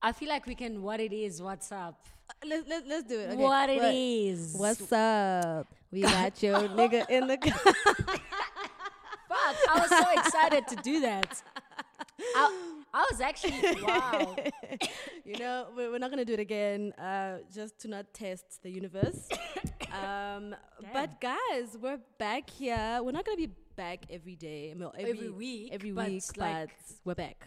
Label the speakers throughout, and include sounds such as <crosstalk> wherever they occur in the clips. Speaker 1: I feel like we can. What it is? What's up?
Speaker 2: Let's let, let's do it. Okay.
Speaker 1: What it
Speaker 2: What-
Speaker 1: is?
Speaker 2: What's up?
Speaker 1: <laughs>
Speaker 2: We got your nigga in the. car.
Speaker 1: Fuck! I was so excited to do that. I, I was
Speaker 2: <laughs>
Speaker 1: actually wow.
Speaker 2: you know, we- we're not gonna do it again, uh, just to not test the
Speaker 1: <coughs>
Speaker 2: universe. um, but guys, we're back here. We're not gonna be back every day, well, every,
Speaker 1: Every week,
Speaker 2: every
Speaker 1: but
Speaker 2: week,
Speaker 1: like-
Speaker 2: but we're back.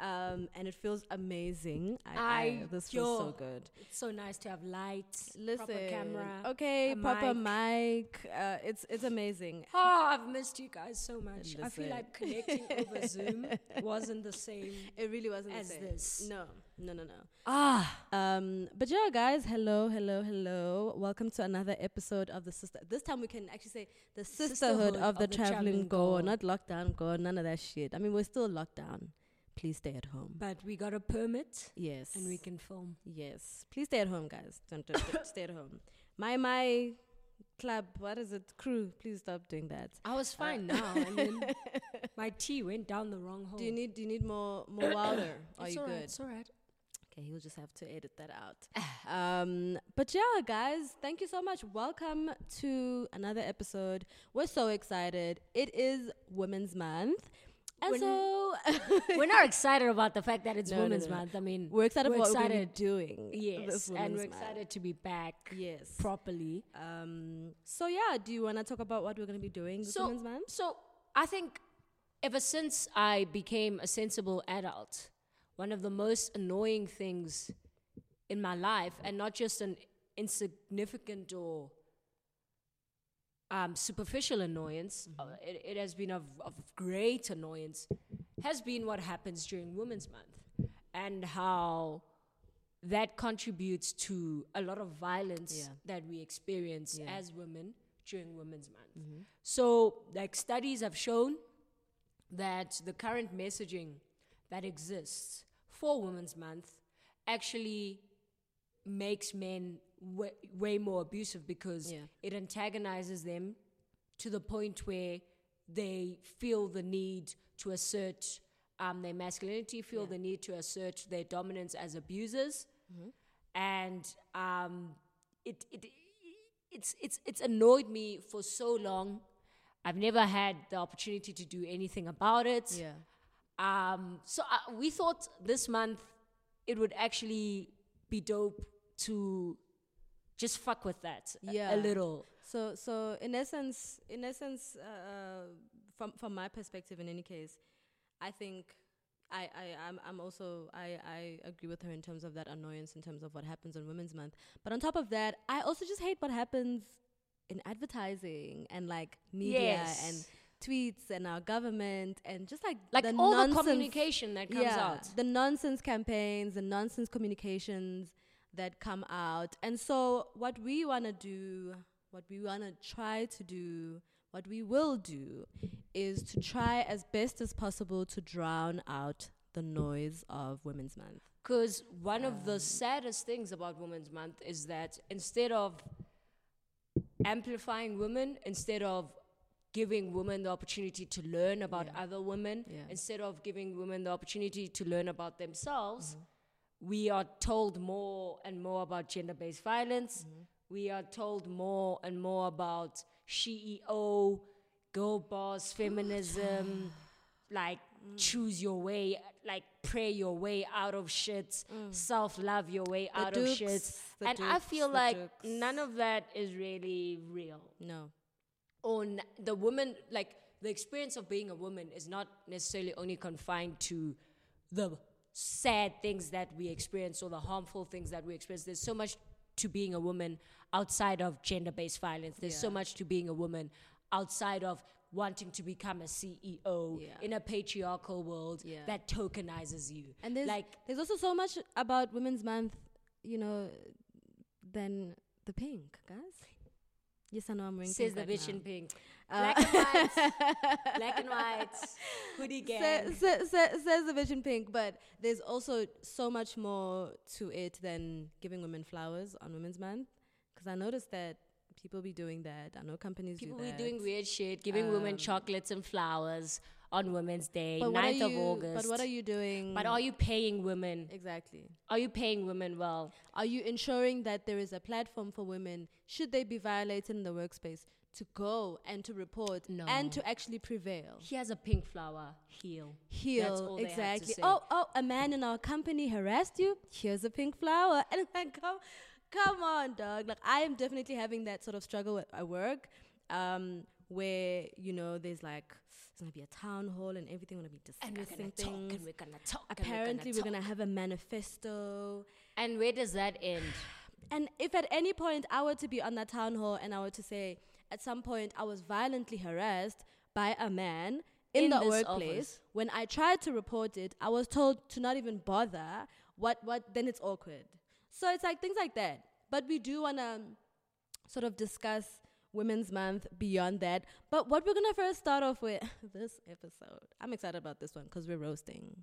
Speaker 2: Um, and it feels amazing. I, I,
Speaker 1: I-
Speaker 2: this
Speaker 1: yo.
Speaker 2: feels so good.
Speaker 1: It's so nice to have lights,
Speaker 2: Listen,
Speaker 1: proper camera.
Speaker 2: okay,
Speaker 1: a
Speaker 2: proper mic. Uh, it's it's amazing.
Speaker 1: Oh, I've missed you guys so much. I
Speaker 2: Listen.
Speaker 1: feel like connecting over
Speaker 2: <laughs>
Speaker 1: Zoom wasn't the same.
Speaker 2: It really wasn't
Speaker 1: As
Speaker 2: the same.
Speaker 1: this.
Speaker 2: No, no, no, no.
Speaker 1: Ah,
Speaker 2: Um, but yeah, guys, hello, hello, hello. Welcome to another episode of the sister. This time we can actually say the sisterhood,
Speaker 1: Sisterhood
Speaker 2: of, the, traveling, goer, not lockdown goer, none of that shit. I mean, we're still locked down. Please stay at home.
Speaker 1: but we got a permit
Speaker 2: Yes.
Speaker 1: and we can film.
Speaker 2: yes. Please stay at home, guys. Don't, do
Speaker 1: <laughs>
Speaker 2: it. stay at home. My my club, what is it? Crew, please stop doing that.
Speaker 1: I was fine now, and
Speaker 2: <laughs>
Speaker 1: then my tea went down the wrong hole.
Speaker 2: Do you need do you need more more
Speaker 1: <coughs>
Speaker 2: wilder? Are
Speaker 1: Oh. it's
Speaker 2: you
Speaker 1: alright,
Speaker 2: good?
Speaker 1: It's all
Speaker 2: <laughs>
Speaker 1: right.
Speaker 2: Okay, he'll just have to edit that out. <laughs> um, but yeah, guys, thank you so much. Welcome to another episode. We're so excited. It is Women's Month. And
Speaker 1: When-
Speaker 2: so <laughs>
Speaker 1: we're not excited about the fact that it's
Speaker 2: No, no,
Speaker 1: Women's
Speaker 2: no, no.
Speaker 1: Month. I mean,
Speaker 2: we're excited
Speaker 1: we're
Speaker 2: for what
Speaker 1: excited.
Speaker 2: we're gonna be doing.
Speaker 1: Yes,
Speaker 2: this
Speaker 1: and
Speaker 2: Women's
Speaker 1: we're
Speaker 2: Month.
Speaker 1: excited to be back
Speaker 2: Yes.
Speaker 1: properly.
Speaker 2: um, so yeah, do you want to talk about what we're going to be doing this Women's Month?
Speaker 1: So I think ever since I became a sensible adult, one of the most annoying things in my life, and not just an insignificant or um, superficial annoyance, uh, it, it has been of, of great annoyance, has been what happens during Women's Month and how that contributes to a lot of violence
Speaker 2: Yeah.
Speaker 1: that we experience
Speaker 2: Yeah. Mm-hmm.
Speaker 1: as women during Women's Month. So, like, studies have shown that the current messaging that exists for Women's Month actually makes men way, way more abusive because
Speaker 2: Yeah.
Speaker 1: it antagonizes them to the point where they feel the need to assert um, their masculinity, feel the need to assert their dominance as abusers, and um, it, it it's it's it's annoyed me for so long. I've never had the opportunity to do anything about it.
Speaker 2: Yeah.
Speaker 1: Um, so uh, we thought this month it would actually be dope to just fuck with that a-
Speaker 2: Yeah.
Speaker 1: a little.
Speaker 2: So, so in essence, in essence, uh, uh, from from my perspective, in any case, I think I I I'm, I'm also I I agree with her in terms of that annoyance in terms of what happens on Women's Month. But on top of that, I also just hate what happens in advertising and like media
Speaker 1: Yes.
Speaker 2: and tweets and our government and just like
Speaker 1: Like
Speaker 2: the
Speaker 1: all
Speaker 2: nonsense,
Speaker 1: the communication that comes
Speaker 2: yeah,
Speaker 1: out.
Speaker 2: the nonsense campaigns, the nonsense communications that come out. And so, what we want to do, what we want to try to do, what we will do is to try as best as possible to drown out the noise of Women's Month.
Speaker 1: Because one of
Speaker 2: Um.
Speaker 1: the saddest things about Women's Month is that instead of amplifying women, instead of giving women the opportunity to learn about other women,
Speaker 2: Yeah.
Speaker 1: instead of giving women the opportunity to learn about themselves,
Speaker 2: Mm-hmm.
Speaker 1: we are told more and more about gender based violence.
Speaker 2: Mm-hmm.
Speaker 1: We are told more and more about CEO, girl
Speaker 2: <gasps>
Speaker 1: boss, feminism, like
Speaker 2: Mm.
Speaker 1: choose your way, like pray your way out of shit, self love your way out of
Speaker 2: Mm. dukes,
Speaker 1: shit.
Speaker 2: the
Speaker 1: And I
Speaker 2: dukes,
Speaker 1: feel
Speaker 2: the
Speaker 1: like
Speaker 2: dukes.
Speaker 1: none of that is really real.
Speaker 2: No.
Speaker 1: Or n- the woman, like the experience of being a woman is not necessarily only confined to the sad things that we experience or the harmful things that we experience. There's so much to being a woman outside of gender based violence, there's so
Speaker 2: Yeah.
Speaker 1: much to being a woman outside of wanting to become a CEO
Speaker 2: Yeah.
Speaker 1: in a patriarchal world
Speaker 2: Yeah.
Speaker 1: that tokenizes you.
Speaker 2: And there's
Speaker 1: like,
Speaker 2: there's also so much about Women's Month, you know, than the pink, guys. Yes, I know I'm wearing
Speaker 1: says
Speaker 2: pink
Speaker 1: the
Speaker 2: right
Speaker 1: bitch
Speaker 2: now.
Speaker 1: in pink. Black and white, black and
Speaker 2: <laughs>
Speaker 1: white, hoodie gang.
Speaker 2: Sa- sa- sa- says the vision pink, but there's also so much more to it than giving women flowers on Women's Month. Because I noticed that people be doing that. I know companies
Speaker 1: People
Speaker 2: do
Speaker 1: were
Speaker 2: that. Um,
Speaker 1: doing weird shit, giving women chocolates and flowers on Women's Day,
Speaker 2: But what are
Speaker 1: 9th of
Speaker 2: you-
Speaker 1: August.
Speaker 2: But what are you doing?
Speaker 1: But are you paying women?
Speaker 2: exactly?
Speaker 1: Are you paying women well?
Speaker 2: Are you ensuring that there is a platform for women, should they be violated in the workspace, to go and to report
Speaker 1: No.
Speaker 2: and to actually prevail?
Speaker 1: He has a pink flower. Heal. That's all
Speaker 2: Heal
Speaker 1: they had to
Speaker 2: exactly.
Speaker 1: say.
Speaker 2: Oh, oh, a man in our company harassed you. Here's a pink flower, <laughs> and like, come, come on, dog. Like, I am definitely having that sort of struggle at, at work, um, where you know there's like it's gonna be a town hall and everything gonna be discussing
Speaker 1: And we're gonna talk.
Speaker 2: things.
Speaker 1: And we're gonna talk.
Speaker 2: Apparently,
Speaker 1: and
Speaker 2: we're
Speaker 1: we're
Speaker 2: gonna,
Speaker 1: talk.
Speaker 2: have a manifesto.
Speaker 1: And where does that end?
Speaker 2: And if at any point I were to be on that town hall and I were to say, at some point I was violently harassed by a man in,
Speaker 1: In
Speaker 2: the
Speaker 1: this
Speaker 2: workplace,
Speaker 1: office.
Speaker 2: when I tried to report it, I was told to not even bother. What, what, then it's awkward. So it's like things like that. But we do want to sort of discuss Women's Month beyond that. But what we're going to first start off with <laughs> this episode, I'm excited about this one because we're roasting.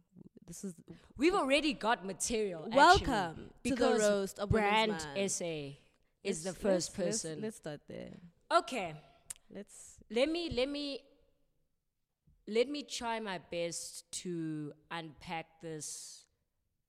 Speaker 2: This is
Speaker 1: We've already got material. actually,
Speaker 2: Welcome to the
Speaker 1: because
Speaker 2: roast of Women's
Speaker 1: Brand
Speaker 2: Month.
Speaker 1: SA is the
Speaker 2: let's-
Speaker 1: 1st
Speaker 2: let's- let's-
Speaker 1: person.
Speaker 2: Let's start there.
Speaker 1: okay.
Speaker 2: Let's
Speaker 1: Let me let me let me try my best to unpack this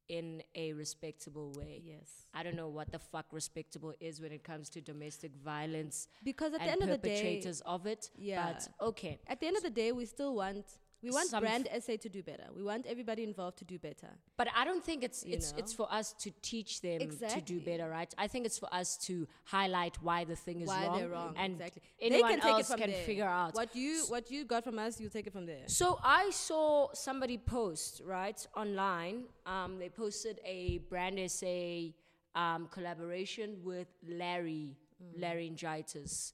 Speaker 1: in a respectable way.
Speaker 2: yes.
Speaker 1: I don't know what the fuck respectable is when it comes to domestic violence
Speaker 2: Because at
Speaker 1: and
Speaker 2: the end of the day,
Speaker 1: perpetrators of it.
Speaker 2: Yeah.
Speaker 1: But okay.
Speaker 2: at the end of the day, we still want we want
Speaker 1: Some
Speaker 2: brand SA to do better. We want everybody involved to do better.
Speaker 1: But I don't think it's
Speaker 2: You
Speaker 1: it's
Speaker 2: know?
Speaker 1: it's for us to teach them to do
Speaker 2: Exactly.
Speaker 1: better, right? I think it's for us to highlight why the thing is
Speaker 2: Why
Speaker 1: wrong,
Speaker 2: they're wrong?
Speaker 1: and
Speaker 2: exactly.
Speaker 1: anyone
Speaker 2: they can take
Speaker 1: else
Speaker 2: it from
Speaker 1: can
Speaker 2: there.
Speaker 1: figure out.
Speaker 2: what you what you got from us. You take it from there.
Speaker 1: So I saw somebody post right online. Um, they posted a brand essay um, collaboration with Larry
Speaker 2: Mm.
Speaker 1: Laryngitis,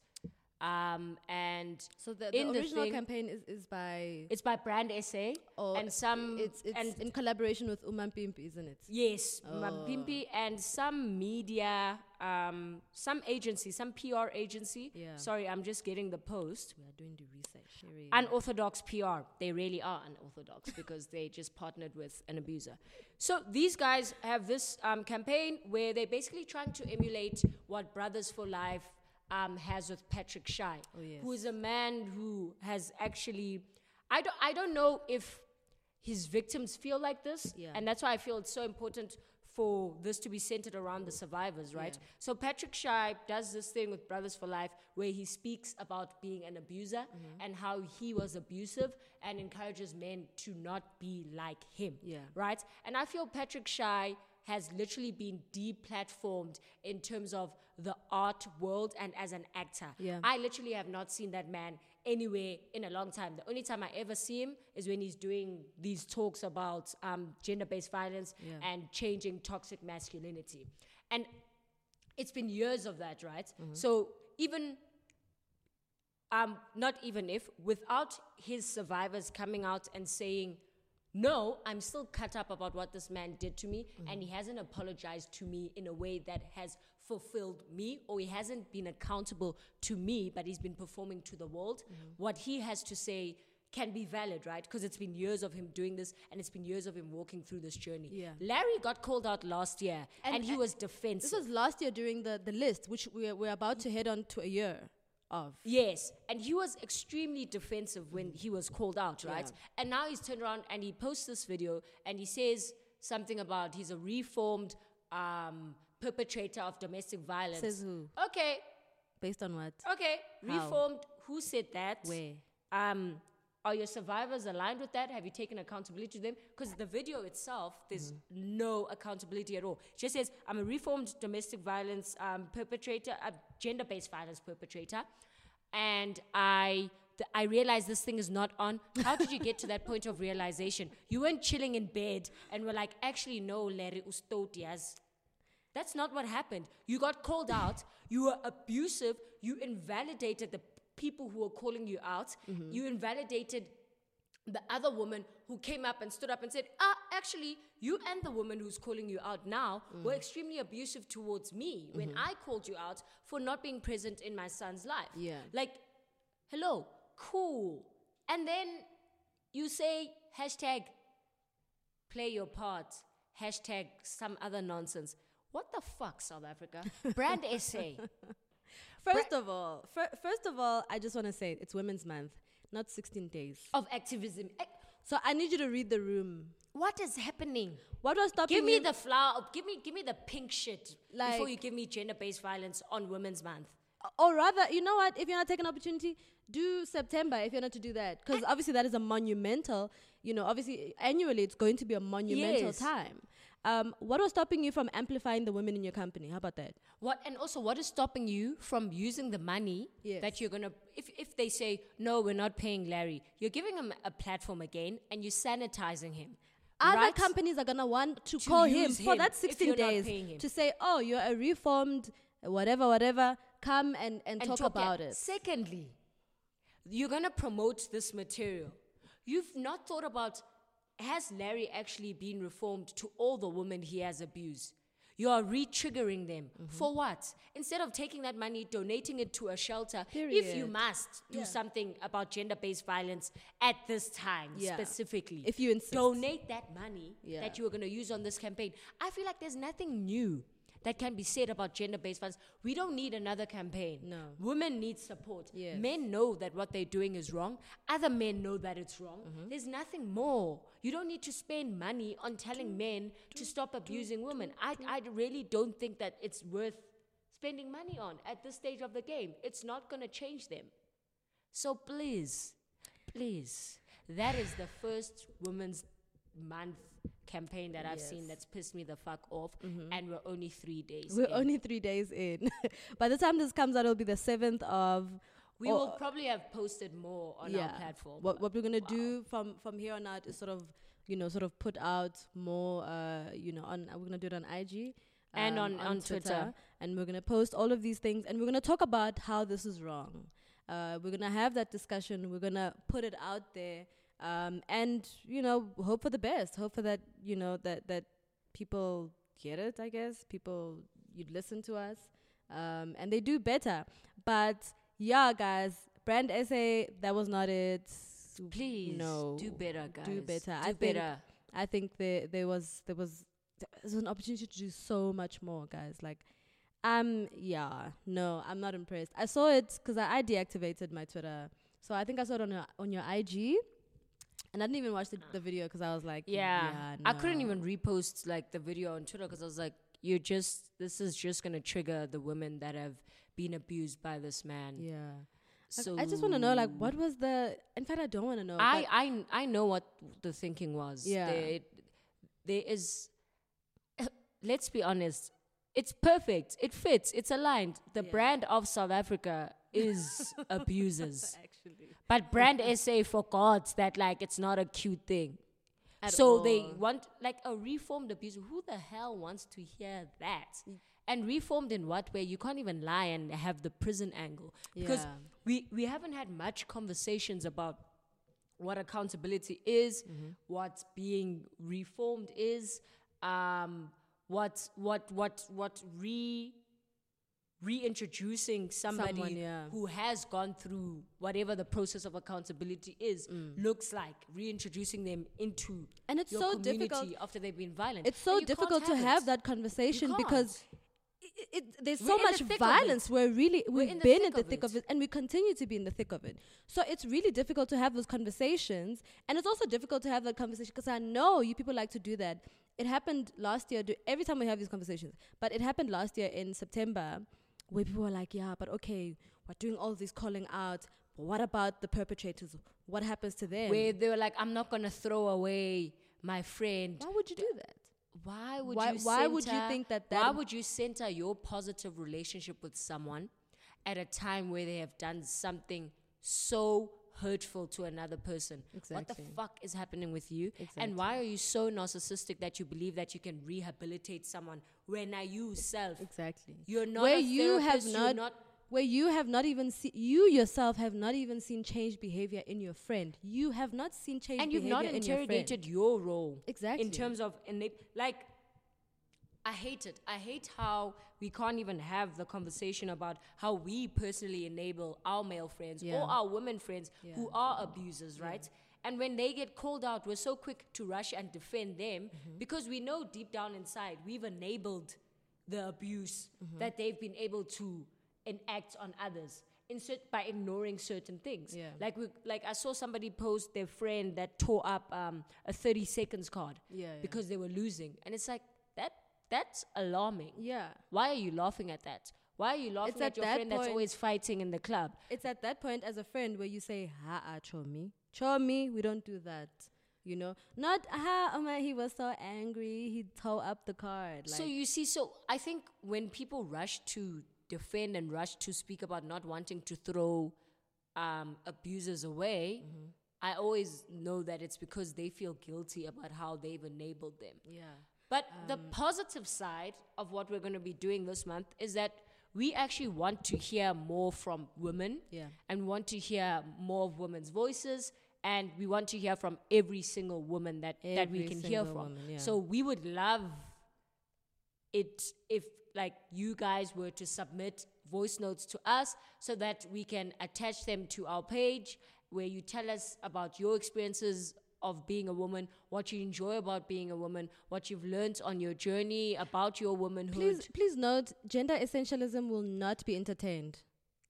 Speaker 1: um, and
Speaker 2: So the,
Speaker 1: the
Speaker 2: the
Speaker 1: In the
Speaker 2: original
Speaker 1: original thing-
Speaker 2: campaign is, is by
Speaker 1: it's by Brand Essay
Speaker 2: Oh,
Speaker 1: and some
Speaker 2: it's it's
Speaker 1: Mm, and
Speaker 2: in collaboration with Umampimp, isn't it?
Speaker 1: Yes,
Speaker 2: Oh.
Speaker 1: Mapimpi and some media, um, some agency, some PR agency.
Speaker 2: Yeah.
Speaker 1: Sorry, I'm just getting the post.
Speaker 2: We are doing the research. Here we are.
Speaker 1: Unorthodox PR. They really are unorthodox because they just partnered with an abuser. So these guys have this um, campaign where they're basically trying to emulate what Brothers for Life um, has with Patrick Shy,
Speaker 2: yes.
Speaker 1: who is a man who has actually. I don't, I don't know if his victims feel like this.
Speaker 2: Yeah.
Speaker 1: And that's why I feel it's so important for this to be centered around the survivors, right?
Speaker 2: Yeah.
Speaker 1: So Patrick Shibe does this thing with Brothers for Life where he speaks about being an abuser
Speaker 2: Mm-hmm.
Speaker 1: and how he was abusive and encourages men to not be like him.
Speaker 2: Yeah.
Speaker 1: Right? And I feel Patrick Shy has literally been deplatformed in terms of the art world and as an actor.
Speaker 2: Yeah.
Speaker 1: I literally have not seen that man anywhere in a long time. The only time I ever see him is when he's doing these talks about um, gender based violence
Speaker 2: Yeah.
Speaker 1: and changing toxic masculinity. And it's been years of that, right?
Speaker 2: Mm-hmm.
Speaker 1: So even um, not even if, without his survivors coming out and saying, no, I'm still cut up about what this man did to me,
Speaker 2: Mm-hmm.
Speaker 1: and he hasn't apologized to me in a way that has fulfilled me, or he hasn't been accountable to me, but he's been performing to the world.
Speaker 2: Mm-hmm.
Speaker 1: What he has to say can be valid, right? Because it's been years of him doing this, and it's been years of him walking through this journey.
Speaker 2: Yeah.
Speaker 1: Larry got called out last year, and,
Speaker 2: And-
Speaker 1: he
Speaker 2: and-
Speaker 1: was
Speaker 2: This
Speaker 1: defensive.
Speaker 2: was last year during the the list, which we're we're about to head on to a year of.
Speaker 1: Yes, and he was extremely defensive when he was called out, right?
Speaker 2: Yeah.
Speaker 1: And now he's turned around and he posts this video and he says something about he's a reformed um, perpetrator of domestic violence.
Speaker 2: Says who?
Speaker 1: Okay,
Speaker 2: Based on what?
Speaker 1: okay,
Speaker 2: How?
Speaker 1: reformed. Who said that?
Speaker 2: Where?
Speaker 1: Um, are your survivors aligned with that? Have you taken accountability to them? Because the video itself, there's no accountability at all. It just says, I'm a reformed domestic violence um, perpetrator, a gender based violence perpetrator. And I. th- I realize this thing is not on. How did you get to that point of realization? You weren't chilling in bed and were like, actually, no, Larry Ustotias. That's not what happened. You got called out. You were abusive. You invalidated the people who were calling you out. You invalidated the other woman who came up and stood up and said, ah, actually, you and the woman who's calling you out now were extremely abusive towards me when I called you out for not being present in my son's life.
Speaker 2: Yeah.
Speaker 1: Like, hello, cool. And then you say, hashtag play your part, hashtag some other nonsense. What the fuck, South <laughs> Africa? Brand essay.
Speaker 2: First of all, fir- first of all, I just want to say it's Women's Month. not 16 days.
Speaker 1: of activism. Eh,
Speaker 2: So I need you to read the room.
Speaker 1: What is happening?
Speaker 2: What was stopping
Speaker 1: Give me
Speaker 2: you-
Speaker 1: the flower. Give me, give me the pink shit before
Speaker 2: Like-
Speaker 1: you give me gender-based violence on Women's Month.
Speaker 2: or Oh, rather, you know what? If you're not taking opportunity, do September if you're not to do that, because obviously that is a monumental. You know, obviously annually it's going to be a monumental
Speaker 1: Yes.
Speaker 2: time. Um, what was stopping you from amplifying the women in your company? How about that?
Speaker 1: What and also what is stopping you from using the money
Speaker 2: Yes.
Speaker 1: that you're gonna if if they say no, we're not paying Larry, you're giving him a platform again and you're sanitizing him.
Speaker 2: Other
Speaker 1: right?
Speaker 2: companies are gonna want to, call him,
Speaker 1: use
Speaker 2: for
Speaker 1: him
Speaker 2: that
Speaker 1: if
Speaker 2: 16
Speaker 1: you're not
Speaker 2: days
Speaker 1: paying him.
Speaker 2: to say, "Oh, you're a reformed, whatever, whatever. Come and and,
Speaker 1: and
Speaker 2: talk,
Speaker 1: yeah.
Speaker 2: about it."
Speaker 1: Secondly, you're going to promote this material. You've not thought about has Larry actually been reformed to all the women he has abused? You are re triggering them.
Speaker 2: Mm-hmm.
Speaker 1: For what? Instead of taking that money, donating it to a shelter, if you
Speaker 2: Period.
Speaker 1: must do
Speaker 2: Yeah.
Speaker 1: something about gender based violence at this time
Speaker 2: Yeah.
Speaker 1: specifically,
Speaker 2: If you insist.
Speaker 1: donate that money
Speaker 2: Yeah.
Speaker 1: that you were going to use on this campaign. I feel like there's nothing new that can be said about gender based violence. We don't need another campaign.
Speaker 2: No.
Speaker 1: Women need support.
Speaker 2: Yes.
Speaker 1: Men know that what they're doing is wrong. Other men know that it's wrong.
Speaker 2: Mm-hmm.
Speaker 1: There's nothing more. You don't need to spend money on telling men to stop abusing women. I, I really don't think that it's worth spending money on at this stage of the game. It's not going to change them. So please, please, that is the first Women's Month campaign that I've seen
Speaker 2: Yes. Mm-hmm.
Speaker 1: that's pissed me the fuck off. And we're only three days.
Speaker 2: We're
Speaker 1: in.
Speaker 2: only three days in. <laughs> By the time this comes out, it'll be the seventh of
Speaker 1: we
Speaker 2: or-
Speaker 1: will probably have posted more on our platform.
Speaker 2: What, what we're gonna
Speaker 1: Wow.
Speaker 2: do from from here on out is sort of you know sort of put out more uh you know on we're gonna do it on IG
Speaker 1: And on- on Twitter.
Speaker 2: and we're gonna post all of these things and we're gonna talk about how this is wrong. Uh, we're gonna have that discussion. We're gonna put it out there um, and you know hope for the best. Hope for that you know that that people get it. I guess people you'd listen to us um, and they do better. But yeah, guys, brand essay that was not it.
Speaker 1: Please
Speaker 2: no,
Speaker 1: do better, guys.
Speaker 2: Do better.
Speaker 1: Do
Speaker 2: I think
Speaker 1: better.
Speaker 2: I think there there was there was there was an opportunity to do so much more, guys. Like, um, yeah, no, I'm not impressed. I saw it 'cause I, I deactivated my Twitter, so I think I saw it on your, on your IG, and I didn't even watch the, the video 'cause I was like,
Speaker 1: Yeah. I couldn't
Speaker 2: no."
Speaker 1: even repost like the video on Twitter because I was like, you're just, this is just going to trigger the women that have been abused by this man.
Speaker 2: Yeah,
Speaker 1: So
Speaker 2: I, I just want to know, like, what was the? In fact, I don't want to know.
Speaker 1: I, I, kn- I know what the thinking was.
Speaker 2: Yeah.
Speaker 1: There, there is, <coughs> let's be honest, it's perfect. It fits. It's aligned. The
Speaker 2: Yeah.
Speaker 1: brand of South Africa
Speaker 2: <laughs>
Speaker 1: is abusers.
Speaker 2: actually.
Speaker 1: But brand SA forgot that like it's not a cute thing.
Speaker 2: At
Speaker 1: so they
Speaker 2: all.
Speaker 1: want like a reformed abuse. Who the hell wants to hear that?
Speaker 2: Mm.
Speaker 1: And reformed in what way? You can't even lie and have the prison angle. Because
Speaker 2: Yeah.
Speaker 1: we, we haven't had much conversations about what accountability is,
Speaker 2: Mm-hmm.
Speaker 1: what being reformed is, um, what what what what re reintroducing somebody
Speaker 2: Someone, yeah.
Speaker 1: who has gone through whatever the process of accountability is looks like reintroducing them into
Speaker 2: Mm. And it's
Speaker 1: your
Speaker 2: so
Speaker 1: community
Speaker 2: difficult.
Speaker 1: after they've been violent
Speaker 2: It's so
Speaker 1: And you can't
Speaker 2: difficult to
Speaker 1: it.
Speaker 2: have that conversation
Speaker 1: You
Speaker 2: because it, it, there's
Speaker 1: We're
Speaker 2: so
Speaker 1: in the
Speaker 2: much
Speaker 1: thick of it.
Speaker 2: violence. We're really we've
Speaker 1: in the
Speaker 2: been
Speaker 1: thick
Speaker 2: in the
Speaker 1: of
Speaker 2: thick
Speaker 1: it.
Speaker 2: of it, and we continue to be in the thick of it. So it's really difficult to have those conversations, and it's also difficult to have that conversation because I know you people like to do that. It happened last year. Do, every time we have these conversations, but it happened last year in September, where people were like, "Yeah, but okay, we're doing all these calling out. But what about the perpetrators? What happens to them?
Speaker 1: where they were like i'm not going to throw away my friend
Speaker 2: Why would you do that?
Speaker 1: why would
Speaker 2: Why-
Speaker 1: you
Speaker 2: why would you
Speaker 1: center-
Speaker 2: think that
Speaker 1: why
Speaker 2: that-
Speaker 1: would you center your positive relationship with someone at a time where they have done something so hurtful to another person what the
Speaker 2: Exactly.
Speaker 1: fuck is happening with you and why are you so narcissistic that you believe that you can rehabilitate someone when are you self
Speaker 2: Exactly.
Speaker 1: you're not
Speaker 2: where
Speaker 1: a
Speaker 2: you have
Speaker 1: therapist, you're
Speaker 2: not, where you have not even seen you yourself have not even seen change behavior in your friend you have not seen change
Speaker 1: and you've not
Speaker 2: behavior in your friend.
Speaker 1: interrogated your role
Speaker 2: Exactly.
Speaker 1: in terms of innate like i hate it i hate how we can't even have the conversation about how we personally enable our male friends
Speaker 2: Yeah.
Speaker 1: or our women friends who
Speaker 2: Yeah.
Speaker 1: are abusers right and when they get called out we're so quick to rush and defend them
Speaker 2: Mm-hmm.
Speaker 1: because we know deep down inside we've
Speaker 2: Mm-hmm.
Speaker 1: enabled the abuse that they've been able to enact on others in cert- by ignoring certain things.
Speaker 2: Yeah.
Speaker 1: Like we, like I saw somebody post their friend that tore up um, a 30 seconds card
Speaker 2: Yeah. yeah.
Speaker 1: because they were losing, and it's like that. That's alarming.
Speaker 2: yeah.
Speaker 1: Why are you laughing at that? Why are you laughing
Speaker 2: It's
Speaker 1: at,
Speaker 2: at
Speaker 1: your
Speaker 2: that
Speaker 1: friend that's
Speaker 2: point-
Speaker 1: always fighting in the club?
Speaker 2: It's at that point as a friend where you say, ha ah, chomi. Chomi, we don't do that. You know? Not ha oh man, he was so angry, he tore up the card. Like
Speaker 1: so you see, so I think when people rush to defend and rush to speak about not wanting to throw um, abusers away, I always know that it's because they feel guilty about how they've enabled them.
Speaker 2: Yeah.
Speaker 1: But the positive side of what we're going to be doing this month is that we actually want to hear more from women
Speaker 2: Yeah.
Speaker 1: and want to hear more of women's voices and we want to hear from every single woman that, that we
Speaker 2: Every
Speaker 1: can hear
Speaker 2: single
Speaker 1: from.
Speaker 2: woman, yeah.
Speaker 1: So we would love it if like you guys were to submit voice notes to us so that we can attach them to our page where you tell us about your experiences of being a woman, what you enjoy about being a woman, what you've learned on your journey about your womanhood.
Speaker 2: Please please note gender essentialism will not be entertained.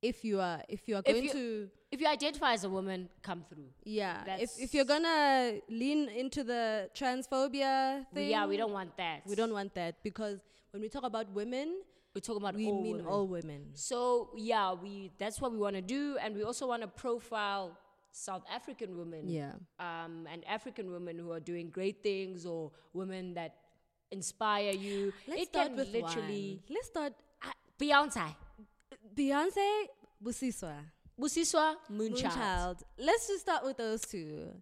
Speaker 2: If you are if you are
Speaker 1: If
Speaker 2: going
Speaker 1: you-
Speaker 2: to
Speaker 1: If you identify as a woman, come through.
Speaker 2: Yeah. If
Speaker 1: That's-
Speaker 2: if you're gonna lean into the transphobia
Speaker 1: We-
Speaker 2: thing
Speaker 1: yeah, we don't want that.
Speaker 2: we don't want that because when we talk about women,
Speaker 1: We're talking about
Speaker 2: we
Speaker 1: all
Speaker 2: mean
Speaker 1: women.
Speaker 2: all women.
Speaker 1: So yeah, we that's what we want to do, and we also want to profile South African women,
Speaker 2: Yeah.
Speaker 1: um, and African women who are doing great things, or women that inspire you.
Speaker 2: Let's
Speaker 1: it
Speaker 2: start
Speaker 1: can
Speaker 2: with
Speaker 1: literally
Speaker 2: one. Let's start
Speaker 1: Ah, Beyonce,
Speaker 2: Beyonce Busiswa.
Speaker 1: Busiswa, Moonchild.
Speaker 2: Moonchild. Let's just start with those two.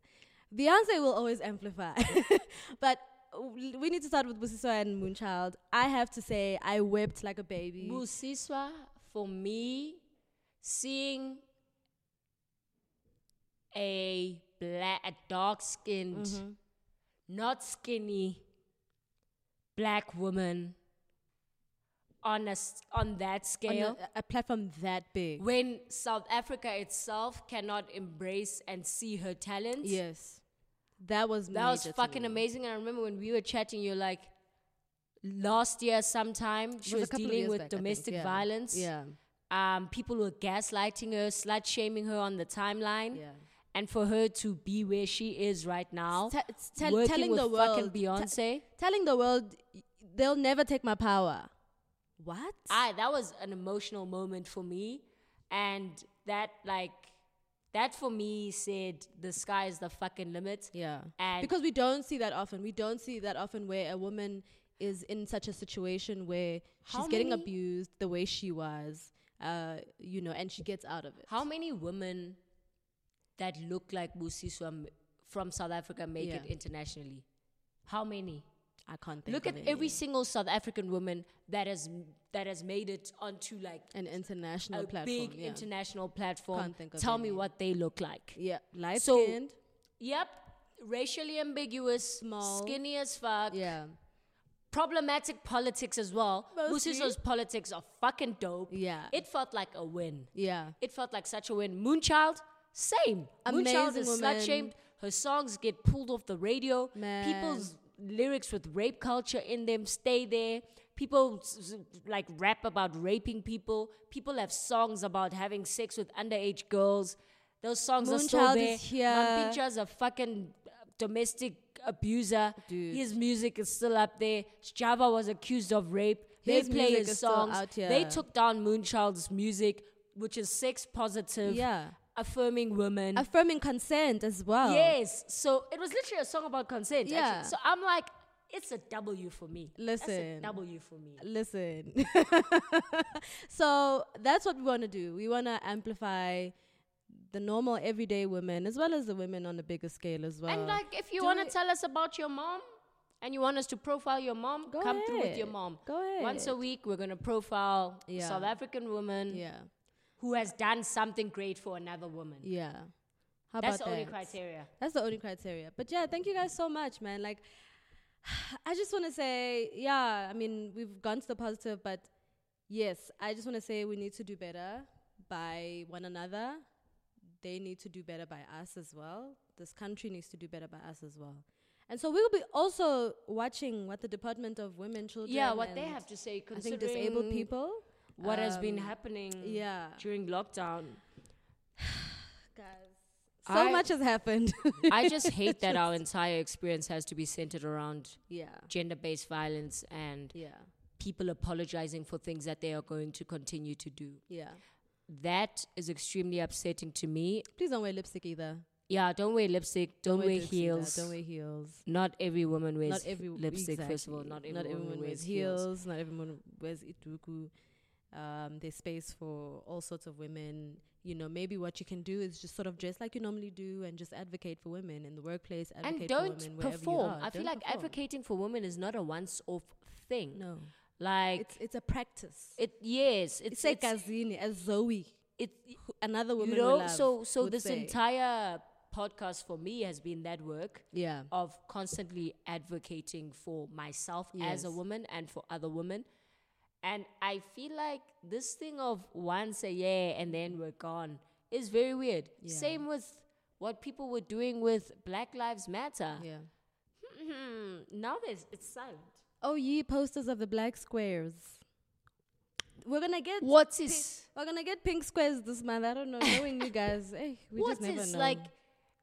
Speaker 2: Beyonce will always amplify, <laughs> but w- we need to start with Busiswa and Moonchild. I have to say, I wept like a baby.
Speaker 1: Busiswa, for me, seeing a black, a dark skinned,
Speaker 2: Mm-hmm.
Speaker 1: not skinny black woman on a, s- on that
Speaker 2: on
Speaker 1: scale,
Speaker 2: a, a platform that big.
Speaker 1: when South Africa itself cannot embrace and see her talent.
Speaker 2: Yes, that was
Speaker 1: That was
Speaker 2: major to
Speaker 1: fucking
Speaker 2: me.
Speaker 1: amazing. And I remember when we were chatting, you're like, last year sometime she
Speaker 2: It
Speaker 1: was,
Speaker 2: a couple of
Speaker 1: dealing
Speaker 2: years
Speaker 1: with
Speaker 2: back, I think.
Speaker 1: domestic
Speaker 2: Yeah.
Speaker 1: violence.
Speaker 2: Yeah,
Speaker 1: Um, people were gaslighting her, slut shaming her on the timeline.
Speaker 2: yeah.
Speaker 1: And for her to be where she is right now,
Speaker 2: Te- it's tell-
Speaker 1: working
Speaker 2: telling
Speaker 1: with
Speaker 2: the
Speaker 1: fucking
Speaker 2: world, te-
Speaker 1: Beyonce,
Speaker 2: telling the world y- they'll never take my power. What?
Speaker 1: I that was an emotional moment for me, and that like that for me said the sky is the fucking limit.
Speaker 2: yeah.
Speaker 1: And
Speaker 2: because we don't see that often. We don't see that often where a woman is in such a situation where
Speaker 1: How
Speaker 2: she's getting
Speaker 1: many-
Speaker 2: abused the way she was, uh, you know, and she gets out of it.
Speaker 1: how many women that look like Busiswa m- from South Africa make
Speaker 2: Yeah.
Speaker 1: it internationally? How many?
Speaker 2: I can't think.
Speaker 1: Look
Speaker 2: of
Speaker 1: at
Speaker 2: any.
Speaker 1: every single South African woman that has that has made it onto like
Speaker 2: an international
Speaker 1: a
Speaker 2: platform.
Speaker 1: big
Speaker 2: yeah.
Speaker 1: international platform.
Speaker 2: Can't think of
Speaker 1: Tell me
Speaker 2: any.
Speaker 1: what they look like.
Speaker 2: yeah, light
Speaker 1: So-
Speaker 2: skinned.
Speaker 1: Yep, racially ambiguous,
Speaker 2: Small.
Speaker 1: skinny as fuck,
Speaker 2: Yeah,
Speaker 1: problematic politics as well.
Speaker 2: Mostly.
Speaker 1: Busiso's politics are fucking dope.
Speaker 2: yeah,
Speaker 1: It felt like a win.
Speaker 2: yeah.
Speaker 1: It felt like such a win. Moonchild, same. Moonchild
Speaker 2: Amazing
Speaker 1: is
Speaker 2: woman.
Speaker 1: slut shamed. Her songs get pulled off the radio.
Speaker 2: Man.
Speaker 1: People's lyrics with rape culture in them stay there. People s- s- like rap about raping people. People have songs about having sex with underage girls. Those songs are still
Speaker 2: Moonchild
Speaker 1: there.
Speaker 2: is here.
Speaker 1: Mampincha's a fucking uh, domestic abuser.
Speaker 2: Dude.
Speaker 1: His music is still up there. Java was accused of rape. They
Speaker 2: His
Speaker 1: play
Speaker 2: music
Speaker 1: his
Speaker 2: is still
Speaker 1: songs.
Speaker 2: out here.
Speaker 1: They took down Moonchild's music, which is sex positive,
Speaker 2: Yeah.
Speaker 1: affirming women.
Speaker 2: Affirming consent as well.
Speaker 1: yes. So it was literally a song about consent. actually.
Speaker 2: Yeah.
Speaker 1: So I'm like, it's a W for me. That's a
Speaker 2: Listen.
Speaker 1: W for me.
Speaker 2: Listen. <laughs> so that's what we want to do. We want to amplify the normal everyday women as well as the women on a bigger scale as well.
Speaker 1: and like, if you
Speaker 2: do
Speaker 1: want to
Speaker 2: it-
Speaker 1: tell us about your mom and you want us to profile your mom,
Speaker 2: Go
Speaker 1: come through with your
Speaker 2: ahead.
Speaker 1: mom.
Speaker 2: Go ahead.
Speaker 1: Once a week, we're going to profile a
Speaker 2: Yeah.
Speaker 1: South African woman
Speaker 2: yeah,
Speaker 1: who has done something great for another woman.
Speaker 2: yeah. How
Speaker 1: That's
Speaker 2: about
Speaker 1: the only
Speaker 2: that?
Speaker 1: criteria.
Speaker 2: That's the only criteria. But yeah, thank you guys so much, man. Like, <sighs> I just want to say, yeah, I mean, we've gone to the positive, but yes, I just want to say we need to do better by one another. They need to do better by us as well. This country needs to do better by us as well. And so we'll be also watching what the Department of Women, Children,
Speaker 1: Yeah, what
Speaker 2: and
Speaker 1: they have to say
Speaker 2: I
Speaker 1: considering
Speaker 2: think disabled people.
Speaker 1: what has been
Speaker 2: Um,
Speaker 1: happening
Speaker 2: Yeah.
Speaker 1: during lockdown.
Speaker 2: Guys. So
Speaker 1: I-
Speaker 2: much has happened. <laughs>
Speaker 1: I just hate that our entire experience has to be centered around
Speaker 2: yeah.
Speaker 1: gender based violence and
Speaker 2: Yeah.
Speaker 1: people apologizing for things that they are going to continue to do.
Speaker 2: Yeah.
Speaker 1: That is extremely upsetting to me.
Speaker 2: Please don't wear lipstick either.
Speaker 1: Yeah, don't wear lipstick, don't, wear
Speaker 2: dukes either,
Speaker 1: heels.
Speaker 2: Don't wear heels.
Speaker 1: not every woman wears
Speaker 2: Not every
Speaker 1: lipstick, first of all. Not
Speaker 2: exactly.
Speaker 1: every woman, wears
Speaker 2: heels.
Speaker 1: heels.
Speaker 2: Not everyone wears ituku. Um, there's space for all sorts of women. You know, maybe what you can do is just sort of dress like you normally do and just advocate for women in the workplace.
Speaker 1: And
Speaker 2: Advocate for women
Speaker 1: don't
Speaker 2: wherever
Speaker 1: perform.
Speaker 2: You are.
Speaker 1: I feel
Speaker 2: Don't
Speaker 1: like
Speaker 2: perform.
Speaker 1: advocating for women is not a once off thing.
Speaker 2: No,
Speaker 1: Like,
Speaker 2: it's it's a practice.
Speaker 1: it, yes, it's,
Speaker 2: It's,
Speaker 1: like
Speaker 2: like Gazini, as Zoe,
Speaker 1: it's,
Speaker 2: who- another
Speaker 1: you
Speaker 2: woman. we
Speaker 1: know
Speaker 2: love
Speaker 1: so so
Speaker 2: would
Speaker 1: this
Speaker 2: say.
Speaker 1: entire podcast for me has been that work
Speaker 2: yeah,
Speaker 1: of constantly advocating for myself as a
Speaker 2: Yes.
Speaker 1: woman and for other women and i feel like this thing of once a year and then we're gone is very weird
Speaker 2: Yeah.
Speaker 1: same with what people were doing with black lives matter
Speaker 2: yeah.
Speaker 1: Mhm. now there's it's silent
Speaker 2: Oh, ye posters of the black squares. We're gonna get
Speaker 1: what
Speaker 2: pi-
Speaker 1: is
Speaker 2: We're gonna get pink squares this month. I don't know. Knowing you guys, hey, we
Speaker 1: what
Speaker 2: just never
Speaker 1: is
Speaker 2: know.
Speaker 1: like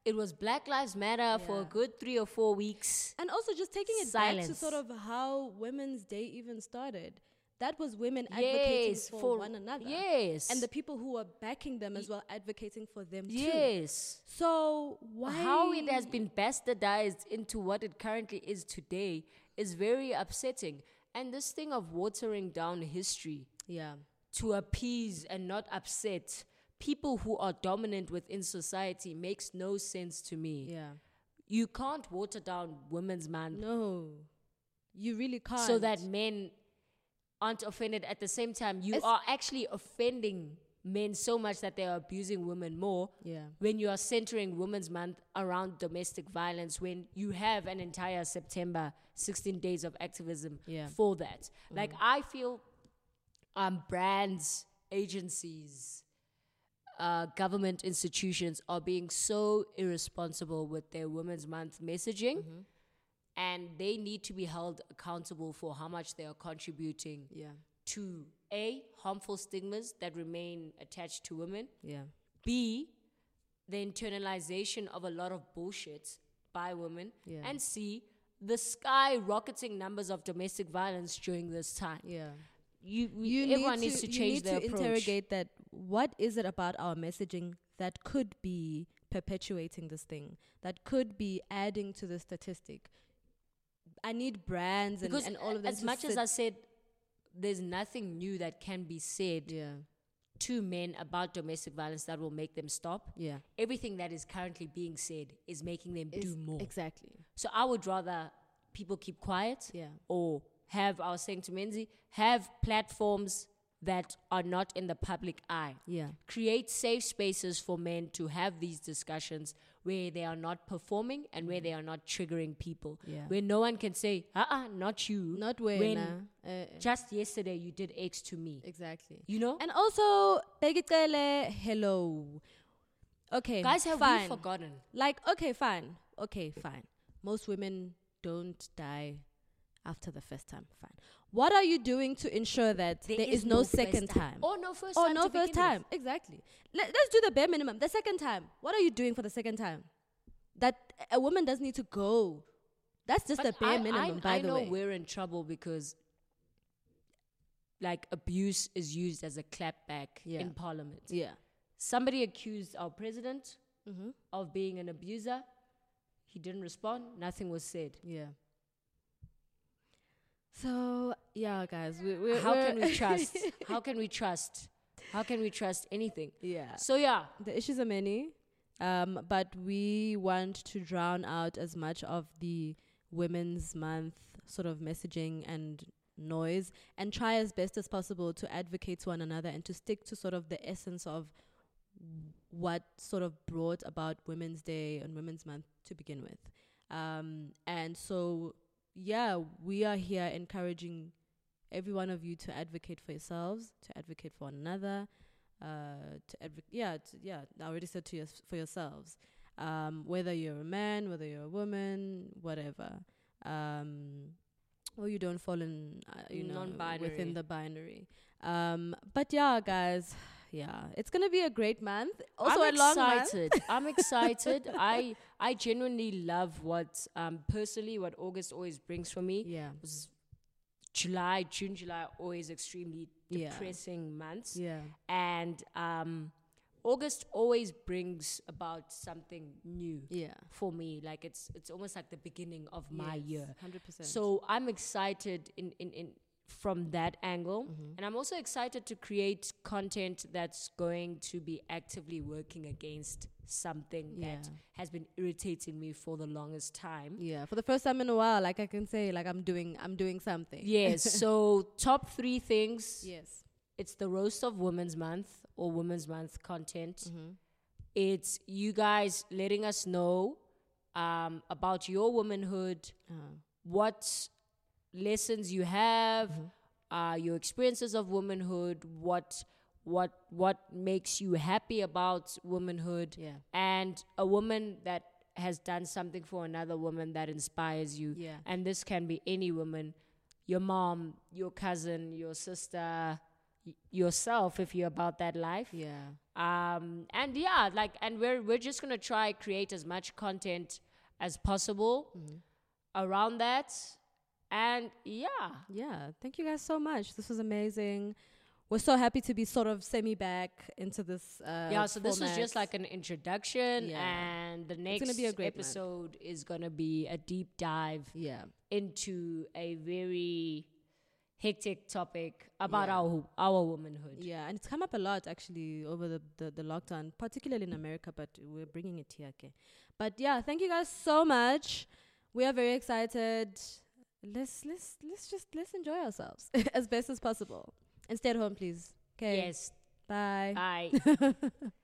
Speaker 1: it was black lives matter for a
Speaker 2: Yeah.
Speaker 1: good three or four weeks
Speaker 2: and also just taking it back to
Speaker 1: Silence.
Speaker 2: sort of how Women's Day even started. That was women advocating
Speaker 1: Yes,
Speaker 2: for,
Speaker 1: for-
Speaker 2: one another.
Speaker 1: yes.
Speaker 2: and the people who were backing them as well advocating for them too.
Speaker 1: yes
Speaker 2: So why
Speaker 1: how it has been bastardized into what it currently is today is very upsetting. And this thing of watering down history
Speaker 2: Yeah,
Speaker 1: to appease and not upset people who are dominant within society makes no sense to me.
Speaker 2: yeah.
Speaker 1: You can't water down women's man
Speaker 2: No, you really can't.
Speaker 1: so that men aren't offended at the same time. You
Speaker 2: It's-
Speaker 1: are actually offending men so much that they are abusing women more
Speaker 2: yeah,
Speaker 1: when you are centering Women's Month around domestic violence, when you have an entire September, 16 days of activism
Speaker 2: Yeah.
Speaker 1: for that. Like, I feel um, brands, agencies, uh, government institutions are being so irresponsible with their Women's Month messaging. And they need to be held accountable for how much they are contributing
Speaker 2: yeah,
Speaker 1: to A, harmful stigmas that remain attached to women,
Speaker 2: yeah,
Speaker 1: B, the internalization of a lot of bullshit by women,
Speaker 2: Yeah.
Speaker 1: and C, the skyrocketing numbers of domestic violence during this time.
Speaker 2: yeah.
Speaker 1: You, we,
Speaker 2: you
Speaker 1: everyone
Speaker 2: need
Speaker 1: needs
Speaker 2: to,
Speaker 1: to change
Speaker 2: you
Speaker 1: their
Speaker 2: need to
Speaker 1: approach.
Speaker 2: interrogate that what is it about our messaging that could be perpetuating this thing that could be adding to the statistic i need brands and,
Speaker 1: because
Speaker 2: and all of them
Speaker 1: as
Speaker 2: to
Speaker 1: much as
Speaker 2: sit-
Speaker 1: I said, there's nothing new that can be said
Speaker 2: yeah
Speaker 1: to men about domestic violence that will make them stop.
Speaker 2: yeah
Speaker 1: Everything that is currently being said is making them do more.
Speaker 2: exactly
Speaker 1: so I would rather people keep quiet.
Speaker 2: yeah
Speaker 1: or have I was saying to Menzi, have platforms that are not in the public eye.
Speaker 2: yeah
Speaker 1: Create safe spaces for men to have these discussions where they are not performing and where they are not triggering people.
Speaker 2: Mm. Yeah.
Speaker 1: Where no one can say, uh uh not you.
Speaker 2: not when,
Speaker 1: When-
Speaker 2: uh, uh,
Speaker 1: Just yesterday you did X to me.
Speaker 2: exactly
Speaker 1: You know?
Speaker 2: and also Begitele, hello okay
Speaker 1: Guys, have
Speaker 2: fine.
Speaker 1: we forgotten?
Speaker 2: Like, okay, fine. Okay, fine. Most women don't die after the first time. Fine. What are you doing to ensure that there is, no,
Speaker 1: first
Speaker 2: second time?
Speaker 1: Or no first
Speaker 2: Or
Speaker 1: time.
Speaker 2: no
Speaker 1: to
Speaker 2: first
Speaker 1: begin with.
Speaker 2: time. Exactly. Let, let's do the bare minimum. The second time. What are you doing for the second time? That a woman doesn't need to go. That's just the
Speaker 1: But
Speaker 2: bare
Speaker 1: I-
Speaker 2: minimum,
Speaker 1: I,
Speaker 2: by
Speaker 1: I
Speaker 2: the
Speaker 1: know
Speaker 2: way.
Speaker 1: we're in trouble because, like, abuse is used as a clapback
Speaker 2: Yeah.
Speaker 1: in parliament.
Speaker 2: Yeah.
Speaker 1: Somebody accused our president
Speaker 2: Mm-hmm.
Speaker 1: of being an abuser. He didn't respond. Nothing was said.
Speaker 2: Yeah. So, yeah, guys. We, we're,
Speaker 1: How
Speaker 2: we're <laughs>
Speaker 1: can we trust? How can we trust? How can we trust anything?
Speaker 2: yeah.
Speaker 1: So yeah,
Speaker 2: The issues are many, um, but we want to drown out as much of the Women's Month sort of messaging and noise and try as best as possible to advocate to one another and to stick to sort of the essence of what sort of brought about Women's Day and Women's Month to begin with. Um, and so, yeah, we are here encouraging every one of you to advocate for yourselves, to advocate for one another, uh, to advo- yeah, to, yeah. I already said to yours for yourselves, um, whether you're a man, whether you're a woman, whatever. Um, or you don't fall in uh, you know
Speaker 1: Non-binary.
Speaker 2: within the binary um but yeah guys yeah it's gonna be a great month also
Speaker 1: I'm
Speaker 2: a long month
Speaker 1: excited. I'm excited. I I genuinely love what um personally what August always brings for me.
Speaker 2: yeah
Speaker 1: was July, June, July are always extremely
Speaker 2: Yeah.
Speaker 1: depressing months.
Speaker 2: yeah
Speaker 1: And um, August always brings about something new
Speaker 2: yeah
Speaker 1: for me. Like it's it's almost like the beginning of my
Speaker 2: Yes,
Speaker 1: year.
Speaker 2: 100%
Speaker 1: So I'm excited in, in, in from that angle.
Speaker 2: Mm-hmm.
Speaker 1: And I'm also excited to create content that's going to be actively working against something that
Speaker 2: Yeah.
Speaker 1: has been irritating me for the longest time.
Speaker 2: yeah for the first time in a while like i can say like i'm doing i'm doing something
Speaker 1: Yes,
Speaker 2: <laughs>
Speaker 1: so top three things
Speaker 2: yes
Speaker 1: it's the roast of women's month or women's month content it's you guys letting us know um, about your womanhood
Speaker 2: Uh-huh.
Speaker 1: what lessons you have uh, your experiences of womanhood what what what makes you happy about womanhood
Speaker 2: Yeah.
Speaker 1: and a woman that has done something for another woman that inspires you
Speaker 2: Yeah.
Speaker 1: and this can be any woman your mom your cousin your sister y- yourself if you're about that life
Speaker 2: yeah
Speaker 1: um and yeah like and we're we're just gonna try create as much content as possible
Speaker 2: Mm-hmm.
Speaker 1: around that and yeah
Speaker 2: yeah thank you guys so much this was amazing we're so happy to be sort of semi back into this uh
Speaker 1: yeah so this was
Speaker 2: format.
Speaker 1: just like an introduction
Speaker 2: Yeah.
Speaker 1: and the next
Speaker 2: gonna be a great month.
Speaker 1: episode is gonna be a deep dive
Speaker 2: yeah
Speaker 1: into a very hectic topic about
Speaker 2: Yeah.
Speaker 1: our our womanhood
Speaker 2: Yeah, and it's come up a lot actually over the, the, the lockdown, particularly in America, but we're bringing it here. Okay. But yeah, thank you guys so much. We are very excited. Let's let's let's just let's enjoy ourselves <laughs> as best as possible. And stay at home, please. Okay.
Speaker 1: yes
Speaker 2: Bye.
Speaker 1: bye
Speaker 2: Bye.